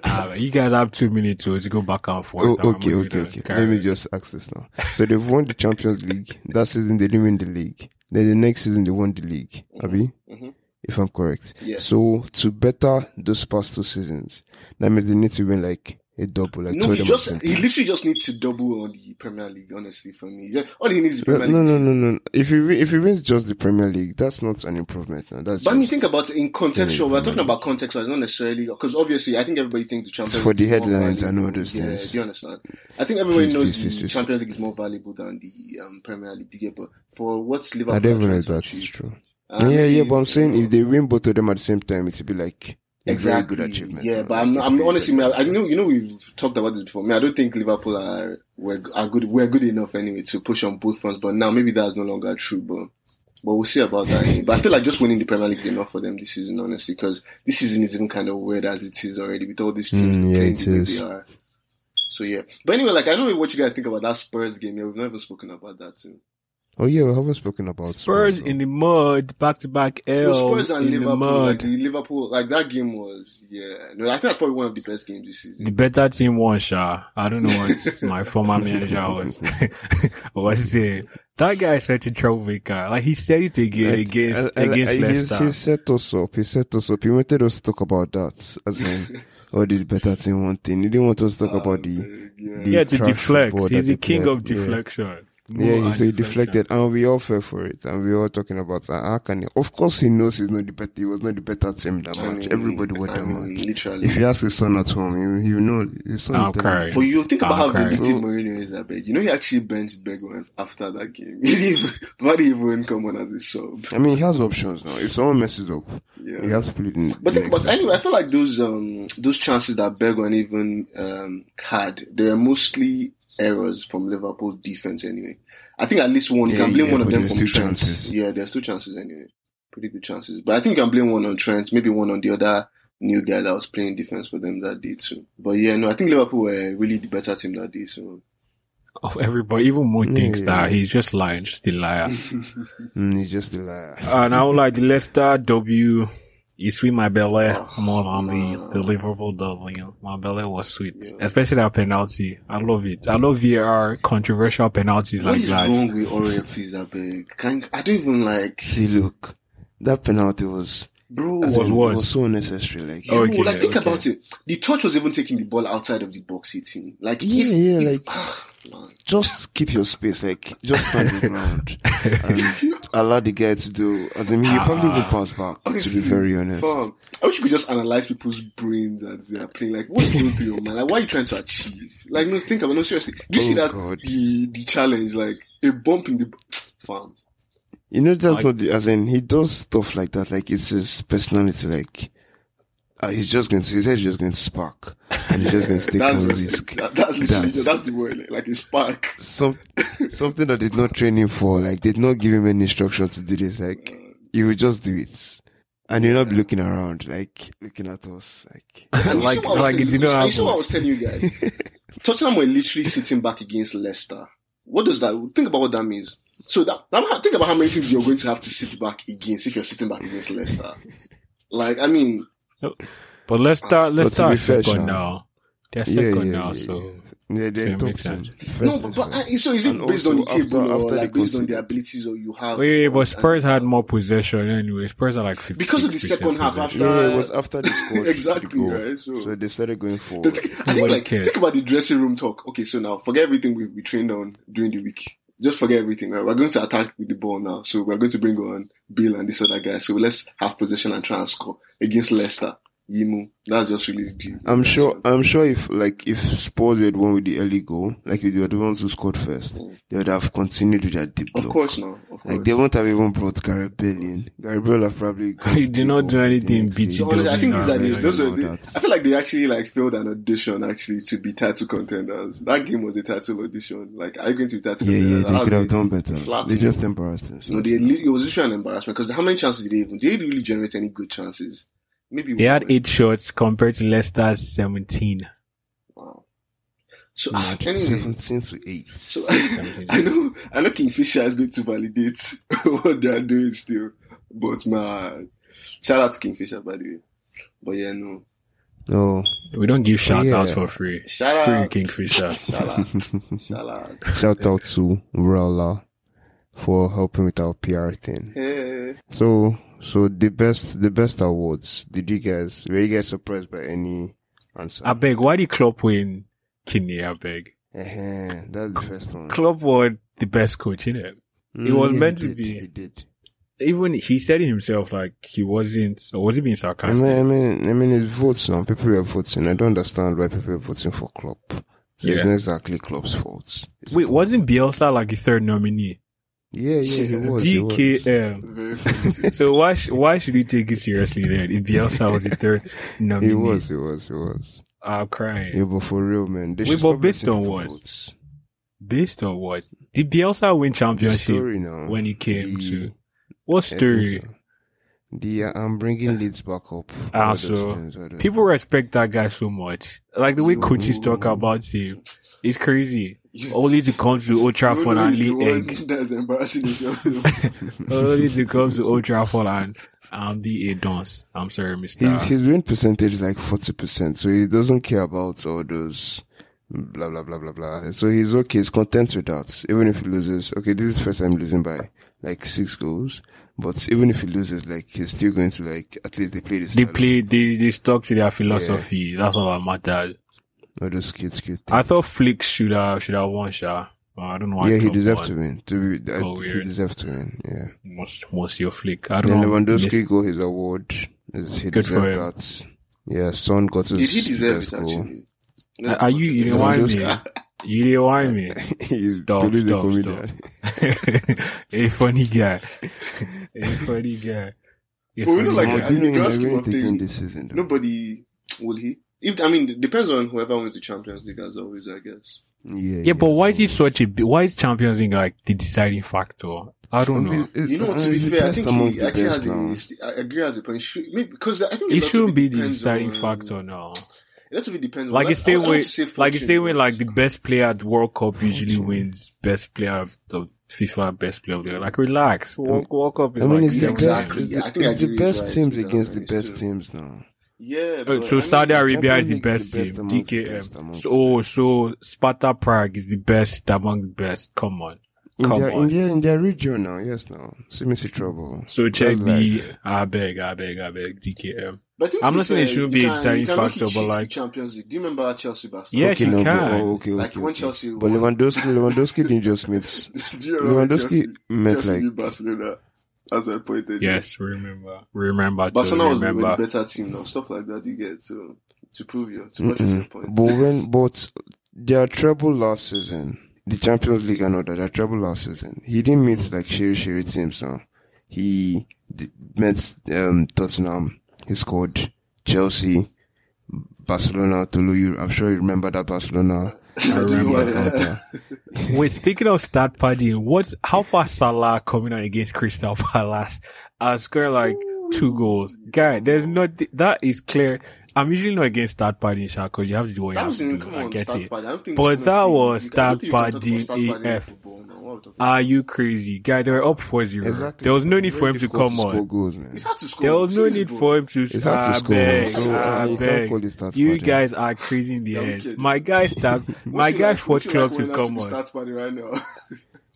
I beg. You guys have two minutes to, to go back and Oh, forth. I'm okay, gonna okay, do okay. that. Let me just ask this now. So they've won the Champions League. That season they didn't win the league. Then the next season they won the league. Abi, Mhm. if I'm correct. Yeah. So to better those past two seasons, that means they need to win like a double, like No, two he of them just at the he same time. literally just needs to double on the Premier League. Honestly, for me, Yeah, all he needs is No, Premier League. no, no, no, no. If he win- if he wins just the Premier League, that's not an improvement. No, that's But I mean, just think about it in contextual. We're Mm. talking about contextual, not necessarily because obviously, I think everybody thinks the Champions for the League is more headlines valuable. and all those yeah, things. Do you understand? I think everybody Please, knows please, please, the please. Champions League is more valuable than the um, Premier League. Yeah, but for what's Liverpool? I don't even know if trying that's to achieve, true. uh, yeah, yeah, maybe- but I'm saying if they win both of them at the same time, it'd be like a exactly, very good achievement. yeah. no? But I'm, Like, not, it's I'm very honestly, good man, I achievement. know, you know, we've talked about this before. Me, I don't think Liverpool are we're, are good. We're good enough anyway to push on both fronts. But now maybe that's no longer true. But but we'll see about that. but I feel like just winning the Premier League is enough for them this season, honestly, because this season is even kind of weird as it is already with all these teams Mm, yeah, playing it the way is. they are. So yeah, but anyway, like I don't know what you guys think about that Spurs game. Yeah, we've never spoken about that too. Oh yeah, we haven't spoken about Spurs though. in the mud, back to back L. No, Spurs and in Liverpool, the mud. like the Liverpool, like that game was yeah. No, I think that's probably one of the best games this season. The better team won, Sha. I don't know what my former manager was was saying. That guy is such a troublemaker. Like he said it again I- against I- I- against I- he's- Leicester. He set us up. He set us up. He wanted us to talk about that. As in, all this better team one thing. He didn't want us to talk about the Ah, yeah. the- Yeah, to trash deflect. football He's that the they king play. of Yeah. deflection. Yeah, More he so he deflection. deflected, and we all fell for it, and we all talking about uh, how can he? Of course, he knows he's not the better. He was not the better team that I much. mean, Everybody was I that mean, much. literally. If you ask his son at home, you, you know his son. I'll is better. cry. But you think about I'm how crying. vindictive Mourinho is, I beg. You know, he actually benched Bergman after that game. He didn't even, not even come on as a sub. I mean, he has options now. If someone messes up, Yeah. he has to play. The But, the think, next but anyway, I feel like those um those chances that Bergman even um had, they were mostly errors from Liverpool's defense. Anyway, I think at least one you Yeah, can blame yeah, one of but them there's from still Trent. chances. Yeah, there's two chances anyway, pretty good chances. But I think you can blame one on Trent, maybe one on the other new guy that was playing defense for them that day too. But yeah, no, I think Liverpool were really the better team that day. So Of everybody, even Mo thinks Yeah. that he's just lying, just a liar. Mm, he's just a liar. and I would like the Leicester W. You sweet my belly Oh, more than the, no. the Liverpool W. My belly was sweet, Yeah. especially that penalty. I love it. I love VAR controversial penalties what like is that. wrong with Aurier, please? I beg. Can I don't even like, See, look, that penalty was bro. as Was in, it what? was so unnecessary. Like, Yo, Okay, like think okay. about it. The touch was even taking the ball outside of the box hitting. Like Yeah, if, yeah, if, like- ah, man. just keep your space. Like, just stand your ground and allow the guy to do. As in, Ah. he probably will pass back. To be very honest, Fam, I wish you could just analyze people's brains as they are playing. Like what's going through your mind? Like what are you trying to achieve? Like no, think about it. no seriously. Do you Oh, see that God. the the challenge? Like a bump in the farm. you know that's Like- not the, as in he does stuff like that. Like, it's his personality. Like, uh, he's just going to his head's just going to spark, and he's just going to take That's no just- risk. that- that's literally That's- that's the word. Like, like a spark. some something that did not train him for, like did not give him any instruction to do this. Like he would just do it, and you'll not be looking around, like looking at us, like And you see like, what I was like telling it did not you see what I happen. was telling you guys. Tottenham were literally sitting back against Leicester. What does that? Think about what that means. So that, that- think about how many teams you're going to have to sit back against if you're sitting back against Leicester. Like I mean, But Leicester, Leicester to be are fair, second Sha- now. They're yeah, second yeah, now, yeah, so. yeah, they Fair talk makes to him. sense. no, but, but uh, so is it And based on the also after- table after or they like based on conceded- the abilities or you have? Wait, wait, or- but Spurs had more possession anyway. Spurs are like 50 Because of the second half after- yeah, yeah, it was after the score. Exactly, right, so- so they started going The forward. thing- I think Nobody like cared. think about the dressing room talk. Okay, so now forget everything we, we trained on during the week. Just forget everything. Right? We're going to attack with the ball now. So we're going to bring on Bill and this other guy. So let's have possession and try and score against Leicester. Yimu. That's just really the I'm sure. I'm sure if like if Spurs had won with the early goal, like if they were the ones who scored first, they would have continued with that deep. Of block. course now. Of course. um, Like they won't have even brought Garibel in. Garibel have probably. gone He to did not the do goal anything, the next beat day. so honestly, I think Nah, it's that man, is- I those know are the, that. I feel like they actually like failed an audition actually to be title contenders. That game was a title audition. Like are you going to be title Yeah, yeah, contenders? they That could was have the- done better. flat They me. just embarrassed themselves. No, they lit- it was literally an embarrassment because how many chances did they even? Did they really generate any good chances? Maybe They had one. eight shots compared to Leicester's 17. Wow. So Mad. anyway, Seventeen to eight. so I know I know Kingfisher is going to validate what they are doing still, but man, shout out to Kingfisher by the way. But yeah, no, No, We don't give shout outs Oh, for Yeah. free. Shout Screw you, out. Kingfisher. shout out, shout out. shout out to Rala for helping with our PR thing. Hey. So, so the best, the best awards. Did you guys were you guys surprised by any answer? I beg, why did Klopp win Kidney? I beg. Ehen, that's the first one. Klopp won the best coach, innit? Mm, it was yeah, meant he to did, be. He did. Even he said it himself, like, he wasn't, or was he being I sarcastic? mean, I mean, I mean, it's votes now. People were voting. I don't understand why people were voting for Klopp. So it's Yeah. not exactly Klopp's fault. It's Wait, Klopp. wasn't Bielsa like the third nominee? Yeah, yeah, he was. he was. DKM. Very funny. So why sh- why should we take it seriously then? If Bielsa was the third nominee, He was, he was, he was. I'm crying. Yeah, but for real, man. They Wait, should but stop based letting on people what? vote. Based on what? Did Bielsa win The championship story now. when he came The- to? What I think story? so. The uh, I'm bringing leads back up. Ah, All those so things, all those People respect that guy so much. Like the way Mm-hmm. coaches talk Yo. about him, it's crazy. Only to come to Old Trafford and You lead know, the egg. one That's embarrassing yourself. Only to come to Old Trafford and, and be a dunce. I'm sorry, Mister. His his win percentage is like forty percent, so he doesn't care about all those blah blah blah blah blah. So he's okay. He's content with that. Even if he loses, okay, this is first time losing by like six goals. But even if he loses, like he's still going to like at least they play this. They play, they, they stuck to their philosophy. That's all that matters. All those kids, kids. I thought Flick should have, should have won, Sha. But I don't know why. yeah, he Klopp deserved won. to win. To be, I- Oh, he weird. deserved to win. Yeah. Most, most your Flick. I don't Then know. Lewandowski Miss- got his award. Is- He Good for deserved him. that. Yeah, Son got his Did he deserve best it goal. actually? oh. Are you, you didn't want me? Lewandowski. You didn't want me. He's Stop, totally the stop, comedian. a funny guy. A funny guy. A But we don't funny like guy. that. Ronaldinho in in the grand the scheme real of thing things, this season. though. Nobody will he. If I mean, it depends on whoever wins the Champions League as always, I guess. Yeah, Yeah, but why is it such a, bi- why is Champions League like the deciding factor? I don't know. You know, to be fair, I think he actually has a, st- I agree as a point. Should, maybe, because I think a It lot of shouldn't be the depends deciding on- factor now. A lot of it depends. on- Like I- the same I would way, say like the fortune, same way, but- like the best player at World Cup usually wins best player of the FIFA, best player of the year. Like relax. World, World Cup is I mean, like it's the seven best, exactly. times. it's Yeah, I the, think I it's the agree best with you, teams right, against the Zidane, it's best true. teams now. yeah. Uh, but so I Saudi mean, Arabia is Champions the League is best the best team. among the best DKM. among So, oh, so Sparta Prague is the best among the best. Come on. In Come their, in on. their in their region now, yes now. Similar trouble. So check That's the, like- I beg, I beg, I beg, DKM. But I think to I'm be not saying it fair, should you be a can- deciding you cannot factor, cheat but the like- Champions League. Do you remember Chelsea Barcelona? Yeah, she no, can. But, oh, okay, Like okay, when okay. Chelsea But won. Lewandowski, Lewandowski didn't just meet. Do you remember Lewandowski Chelsea, met Chelsea like beat Barcelona? That's my point. anyway. Yes, remember, remember, to Barcelona was the remember. better team now. Stuff like that you get to to prove your to purchase your Mm-mm. point. But when, but their treble last season, the Champions League and all that, their treble last season, he didn't meet like Sherry Sherry team, so he d- met um, Tottenham. He scored Chelsea, Barcelona, Toulouse. I'm sure you remember that Barcelona. I remember. Atlanta. Wait, speaking of start party, what's how far Salah coming out against Crystal Palace? I scored like two goals. Guy, there's not that is clear. I'm usually not against start party in because you have to do what you That have was to in do. come I on, get start it. party. I don't think But honestly, that was you can- I don't think you can start talk about start party party in AF. football now. What are we talking about? Are you crazy? Guy, they were up 4-0. Exactly. There was no need Very for him to difficult come score on. Goals, man. It's hard to score. There was no Please, need bro. for him to, It's hard to I score. beg, I So, uh, you can't beg. call it start You party. guys are crazy in the Yeah, we head. can't. My guy start, Would my you guy like- fought would you like Klopp Werner to come on. Start party right now.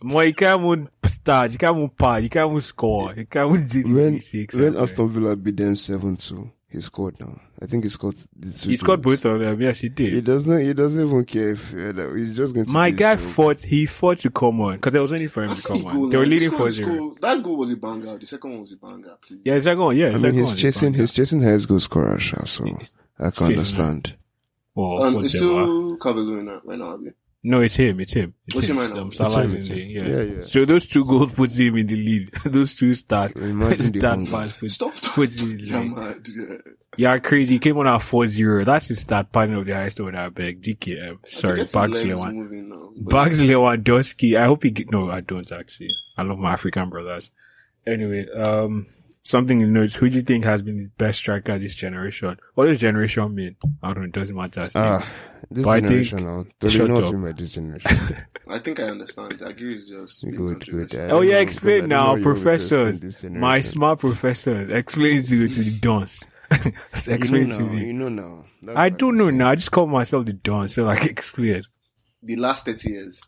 Moi, he can't even start, he can't even pass, he can't even score, he can't even do When, six. when Aston Villa beat them 7-2, he scored now. I think he scored the two he scored goals. both of them, yes, he He did. doesn't. He doesn't even care if uh, that- he's just going to. My do guy his job. fought, he fought to come on, because there was only for him I've to seen the come goal. on. They were now. leading Score- 4-0. score- That goal was a banger. The second one was a banger. Please. Yeah, second one, yeah, oh, I second mean, he's one is chasing. banger. He's chasing highest goal scorer, Sha, so I can understand. Well, Um, oh, whatever. it's still Cavalier right now, Abi. No, it's him. It's him. It's What's him. your mind now? Um, It's Salah him, is it's in him. there, Yeah, Yeah. yeah. So those two goals puts him in the lead. those two start Imagine the start hunger. pass puts, Stop puts him in the Yeah, lead. mad. Yeah. Yeah, crazy. He came on at 4-0. That's his start partner of the highest one I beg. DKM. Sorry, Bags Lewan. Bags Lewandowski. I hope he get, no, I don't actually. I love my African brothers. Anyway, um, something in notes. Who do you think has been the best striker this generation? What does generation mean? I don't know. It doesn't matter. It's Ah, this But I think- generation now. Totally Shut not up. in my this generation. I think I understand. I agree with just. being Good, good. controversial. I Oh don't yeah, know, explain because I don't know how now, you would professors. explain this My generation. smart professors, explain to to the dons. You explain know to now. me. You know now. That's I what don't I'm know saying. now. I just call myself the don, so like explain. The last 30 years.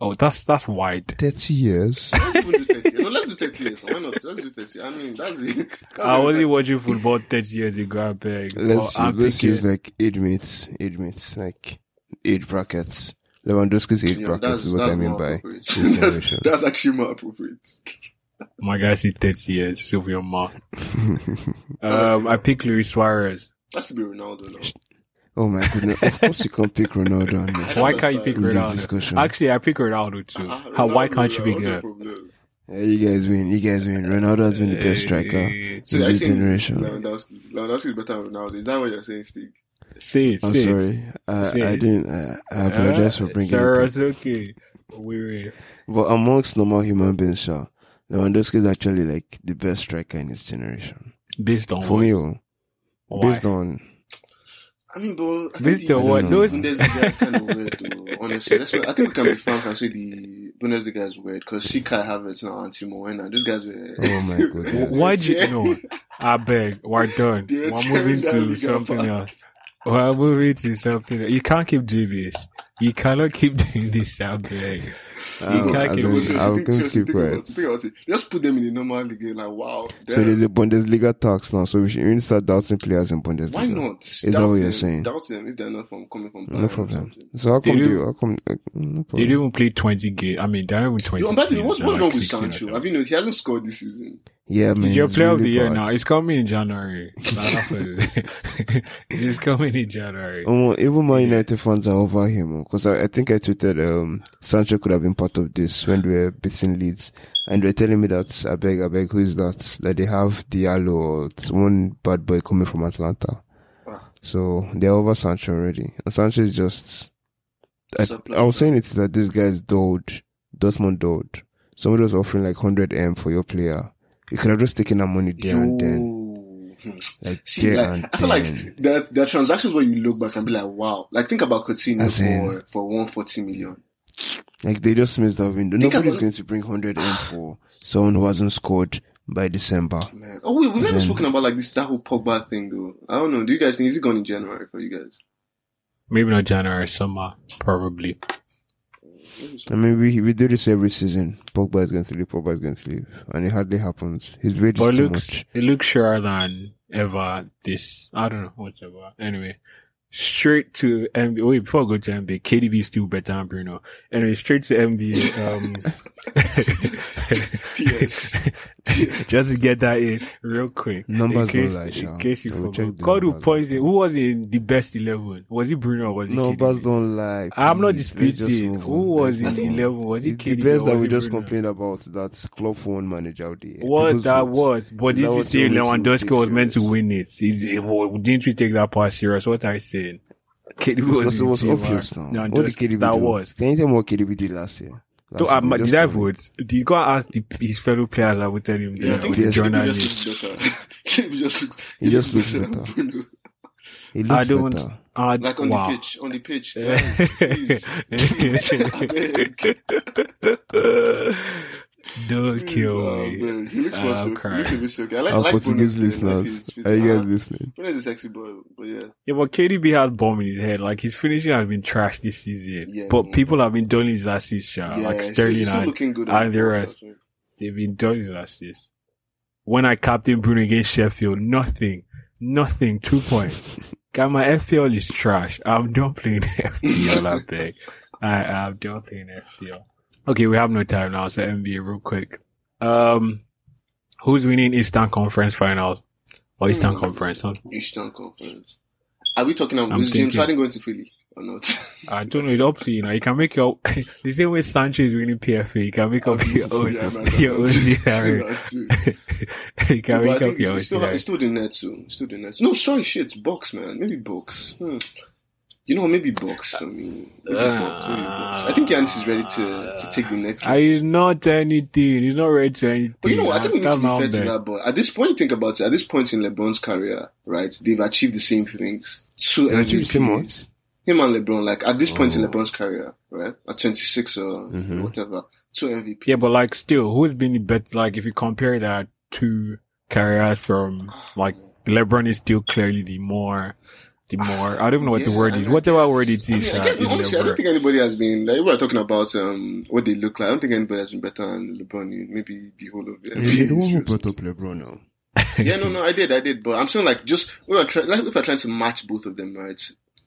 Oh, that's that's wide. Thirty years. Let's even do 30 years. No, let's do 30 years. Why not? Let's do 30. I mean, that's it. That's I it. wasn't watching football thirty years ago. I beg. Let's But I'm use, let's thinking- use like eight mates, eight mates, like eight brackets. Lewandowski's eight Yeah, brackets that's, is what that's I mean more by appropriate. this that's, generation. that's actually more appropriate. my guy said thirty years. Silvio Ma. Uh, um, I picked Luis Suarez. That should be Ronaldo now. oh my goodness! Of course, you can pick Ronaldo on this, Why can't you pick in this Ronaldo? discussion. Actually, I picked Ronaldo too. Ah, How, why Ronaldo, can't you uh, pick what's your him? problem? Yeah, you guys win. You guys win. Ronaldo has been the best striker Eh, So in you're this saying generation. Lewandowski. Lewandowski is better than Ronaldo. Is that what you're saying, Stig? Say it. I'm say it. sorry. I, Say I it. didn't. I, I apologize for Ah, bringing sir, it up. it's okay. We're But amongst normal human beings, Sha, Lewandowski is actually like the best striker in his generation. based on For what? me, oh, Why? based on I mean, but I Based think the on what? No. Those Bundesliga is kind of weird, though. Honestly, that's why I think we can be frank and say the Bundesliga is weird because see Kai Havertz now and Timo Werner. These guys were. Oh my goodness. why do you Yeah. know? I beg. We're done. They're We're moving tearing that to league something apart. else. We're moving to something. You can't keep doing this. You cannot keep doing this, Samuel. Um, can't I keep- don't- was Seriously, I'm think- going to seriously, keep think about quiet. it, think about it. Just put them in a normal league. Like, wow. So damn. there's a Bundesliga tax now, so we should really start doubting players in Bundesliga. Why not? that Doubt what you're them- saying? Doubt them if they're not from coming from Bayern No or problem. something. So how come They you? do- How come? uh, No problem. They didn't even play 20 games. I mean, they don't even 20 Yo, and by the way, teams. what's, They're like what's wrong with 16 or Sancho? something. Have you know he hasn't scored this season? Yeah, man. It's your it's player of really the year bad. now. It's coming in January. That's what it is. it's coming in January. Um, even my United fans are over him because I, I think I tweeted um Sancho could have been part of this when we were beating Leeds and they were telling me that I beg I beg who is that that they have Diallo or it's one bad boy coming from Atlanta Ah. so they're over Sancho already and Sancho is just I, Surplus I was guy. saying it's that this guy is dulled Dortmund dulled somebody was offering like 100 m for your player you could have just taken that money there and then Yo. Hmm. like See, there like, and I feel then. like there, there are transactions where you look back and be like, wow. Like, think about Coutinho As in- for, for 140 million. Like they just missed that window. Think Nobody's about- Ah. going to bring hundred in for someone who hasn't scored by December. Man. Oh, wait, we've never Then- spoken about, like, this, that whole Pogba thing, though. I don't know. Do you guys think, is it gone in January for you guys? Maybe not January, summer, probably. I mean, we we do this every season. Pogba is going to leave. Pogba is going to leave, and it hardly happens. His wage But is it too looks, much. it looks surer than ever this. I don't know, whatever. Anyway, straight to MB. Wait, before I go to MB, KDB is still better than Bruno. Anyway, straight to um, MB. Um, just to get that in real quick. in Numbers case, don't lie, Sha. in case you They will forgot. check the God who numbers. points it. Who was in the best 11? Was it Bruno or was it No, KDB? Buzz don't lie. I'm not Please, let's just disputing. move Who on. was Let's in move on. 11? Was it It's the KDB? best or that was we it just Bruno? complained about that club phone manager of the year. What People's that votes. was, but Is that did you what say you always Lewandowski take was meant to serious? win it? Is- it- well, didn't you take that part serious? What are you saying? KDB Because was, it in was team, obvious right? now. What did just- KDB that do? was. Can you tell me what KDB did last year? So, Last um, year, just did I tell me. vote? Did go and ask the, his fellow players that would tell him? Yeah, I think the KDB journalists. just looks better. KDB just looks, He just looks than better. Bruno. He looks I don't. better. I, Like, on wow. the pitch. On the pitch. Yeah. Guys, please. I beg. Don't kill Oh, me. man. He looks I'm more silky. He crying. looks a bit silky. I like, Our like Portuguese Bruno's play. I like his listeners, physique. are you guys Uh-huh. listening? Bruno's a sexy boy, but yeah. Yeah, but KDB has bomb in his head. Like his finishing has been trash this season. Yeah, but man. people have been doing his assists, Sha. yeah, like he's still, Sterling he's still and looking good. and the rest. They've been doing his assists. When I captained Bruno against Sheffield, nothing, nothing, two points. God, my FPL is trash. I'm not playing FPL, I beg. I am not playing FPL. Okay, we have no time now, so NBA real quick. Um, who's winning Eastern Conference Finals or Eastern Hmm. Conference? huh? Eastern Conference. Are we talking about I'm is James thinking. Harden going to Philly or not? I don't know. It's up to you. Now you can make your the same way Sanchez is winning PFA. You can make up your own, Yeah, man, your own that's- scenario. that's it. you But can I make up think it's, your own it's, still, scenario. it's still the Nets too. It's still the Nets. No, sorry, shit. It's box, man. Maybe box. Hmm. You know, maybe box for me. Maybe box, maybe box. I think Giannis is ready to to take the next. I leap. is not anything. He's not ready to anything. But you know, what? I think we need to be After fair to Mount that. But at this point, think about it. At this point in LeBron's career, right? They've achieved the same things. Two They achieved the same MVPs. ones. him and LeBron, like at this point in Oh. LeBron's career, right? At 26 or Mm-hmm. whatever, two MVP. Yeah, but like still, who's been the best? Like if you compare that to careers from like LeBron is still clearly the more, the more. I don't even know what the word is. Whatever word it is, I, mean, I, uh, guess- is honestly, I don't LeBron. think anybody has been, like, we are talking about um, what they look like. I don't think anybody has been better than LeBron in maybe the whole of the He's the one who NBA. history. brought up LeBron now. yeah, no, no, I did, I did. But I'm saying, like, just, we were trying, like, if we're trying to match both of them, right?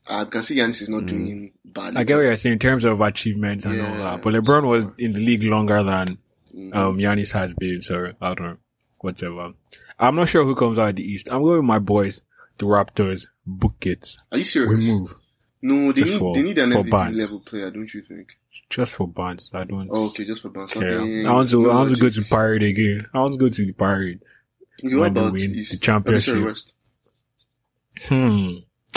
I can see Giannis is not doing badly. Mm. I get what you're saying in terms of achievements and all Yeah. that. But LeBron was in the league longer than mm. um Giannis has been, so I don't know. Whatever. I'm not sure who comes out of the East. I'm going with my boys, the Raptors, Buckets. Are you We serious? move. No, they Just need, for- they need an for MVP Barnes. level player, don't you think? Just for bands. I don't Oh, okay, just for bounce. care. Okay. I want to No I want to logic. go to Pirate again. I want to go to the Pirate. You when they about win East, the championship. I mean, sorry, West.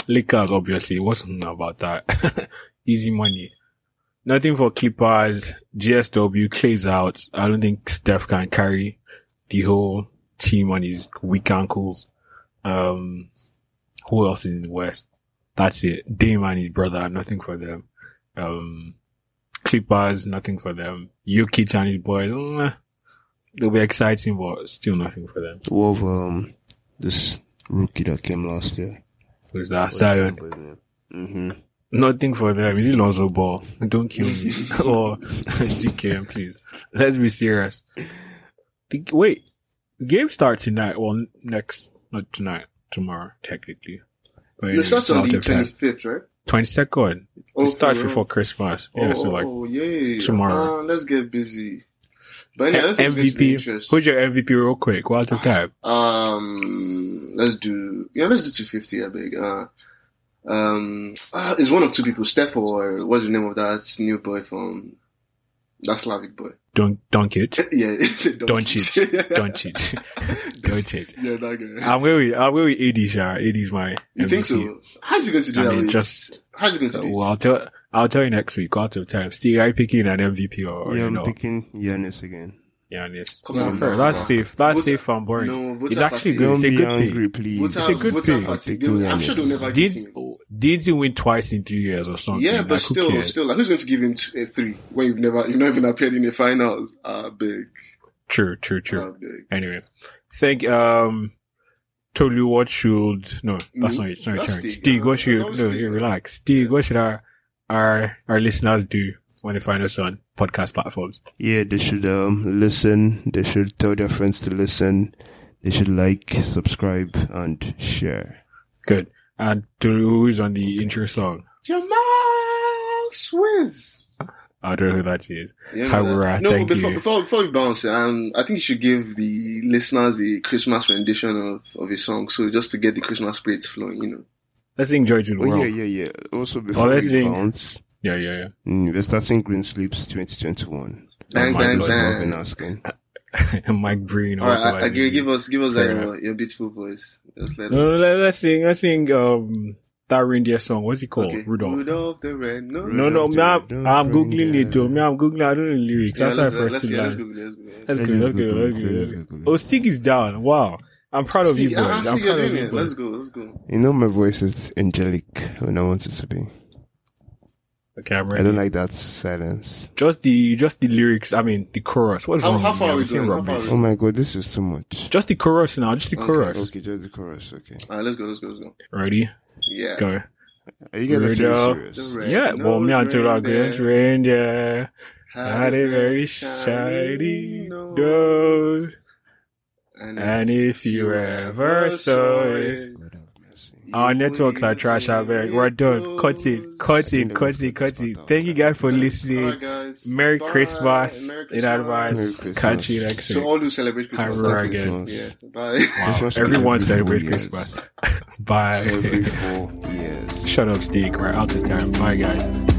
Hmm. Lakers obviously. What's new about that? Easy money. Nothing for Clippers. GSW Clay's out. I don't think Steph can carry the whole team on his weak ankles. Um, who else is in the West? That's it. Dame and his brother. Nothing for them. Um, Clippers. Nothing for them. Jokic and his boys. mm, they'll be exciting, but still nothing for them. What of um, this rookie that came last year? Who's that? Zion. Mm-hmm. Nothing for them. Is it Lonzo Ball? Don't kill me. or DKM, please. Let's be serious. The, wait, game starts tonight. Well, n- next, not tonight, tomorrow, technically. But It starts on the South twenty of fifth, right? Twenty second. Oh, it starts for real? before Christmas. Oh, yeah, so like oh, yeah. tomorrow. Uh, let's get busy. But yeah, I think it's gonna be MVP. interesting. Who's your MVP real quick? What's Ah. the time? Um, let's do yeah, let's do two fifty. I beg. Uh, um, ah, it's one of two people, Steph or what's the name of that new boy from that Slavic boy? Don't dunk it. yeah, it's a Don't cheat. Don't cheat. cheat. Don't cheat. yeah, that guy. I'm going with I'm going with AD. Sha. AD's my. you MVP. think so? How's he going to do I that? mean, with- just- how's he going to do Well, I'll tell I'll tell you next week. Out of time. Steve, are you picking an MVP or yeah, you I'm know? picking Oh, Giannis again. Giannis? Come on, fair. man. That's safe. That's Vote- safe and boring. No, vote it's for actually Fassi. good. It's Don't a be good angry, pick. please. Vote It's a out- good vote out thing. Fati. Take They will- I'm Giannis. sure they'll never give Did him. did he win twice in three years or something? Yeah, but Like, who still, cares? still, like, who's going to give him two, a three when you've never, you've not even appeared in the finals? Ah, big, true, true, true. ah, big. anyway, thank um. Tolu, what should no? That's Me? not it's not your Mm-hmm. That's turn. Stig. Stig, what That's should no? always Stig. you relax. Stig, what should our our our listeners do when they find us on podcast platforms? Yeah, they should um listen. They should tell their friends to listen. They should like, subscribe, and share. Good. And Tolu is on the intro song. Jamal Swiss. I don't know who that is. Yeah, Hi, man. Rura. no, Thank before, you. before before we bounce, um, I think you should give the listeners a Christmas rendition of, of a song, so just to get the Christmas spirits flowing, you know. Let's enjoy to the Oh yeah, world. yeah, yeah. Also before let's we sing. bounce, Yeah, yeah, yeah. mm, we're starting Green Sleeps 2021. Bang, my bang, God. bang. Robin Askin. Mike Breen. or Mm. All right, whatever I, his I, name give, give is. us give us that Fair your, your beautiful voice. Just let No, it. no, let, let's sing. Let's sing. Um, that reindeer song. What's it called? Okay. Rudolph. Rudolph the Red Nose. No, no, Rudolph me, the I'm, Red-Nosed I'm googling Reindeer. it too. Me, I'm googling. I don't know the lyrics. Yeah, That's why I let's, let's, first yeah, let's learned. Google it, let's Google it. Let's Let's go. Let's go. Let's go. just Google it, let's Let's go. Google it. Oh, Stig is down. Wow, I'm proud of See, you, boys. I, I I'm see uh-huh, you're proud of doing you, it. boys. Let's go. Let's go. You know my voice is angelic when I want it to be. Okay, I'm I don't ready. like that silence. Just the just the lyrics. I mean, the chorus. What's How- wrong? how with far me? are I'm we saying going? How far are rubbish. Oh my god, this is too much. Just the chorus now. Just the Okay, chorus. Okay, just the chorus. Okay, All right, let's go. Let's go. Let's go. Ready? Yeah. Go. are you guys actually Rudolph. serious? The red Yeah. Well, me and nose Tolu are good. reindeer. Reindeer. Had a very shiny shiny nose. nose, And, and if you ever saw it, our networks are trash. I beg. We're done. Cut it. Cut it. Cut it. Cut it. Thank you guys for listening. Merry Christmas in Merry advance. Christmas. Catch you next To week. all who celebrate Christmas. Happy that's it. Christmas. Yeah. Bye. Wow. Christmas Everyone every celebrates four Christmas. years. Bye. Every four years. Shut up, Steak. We're out of time. Bye, guys.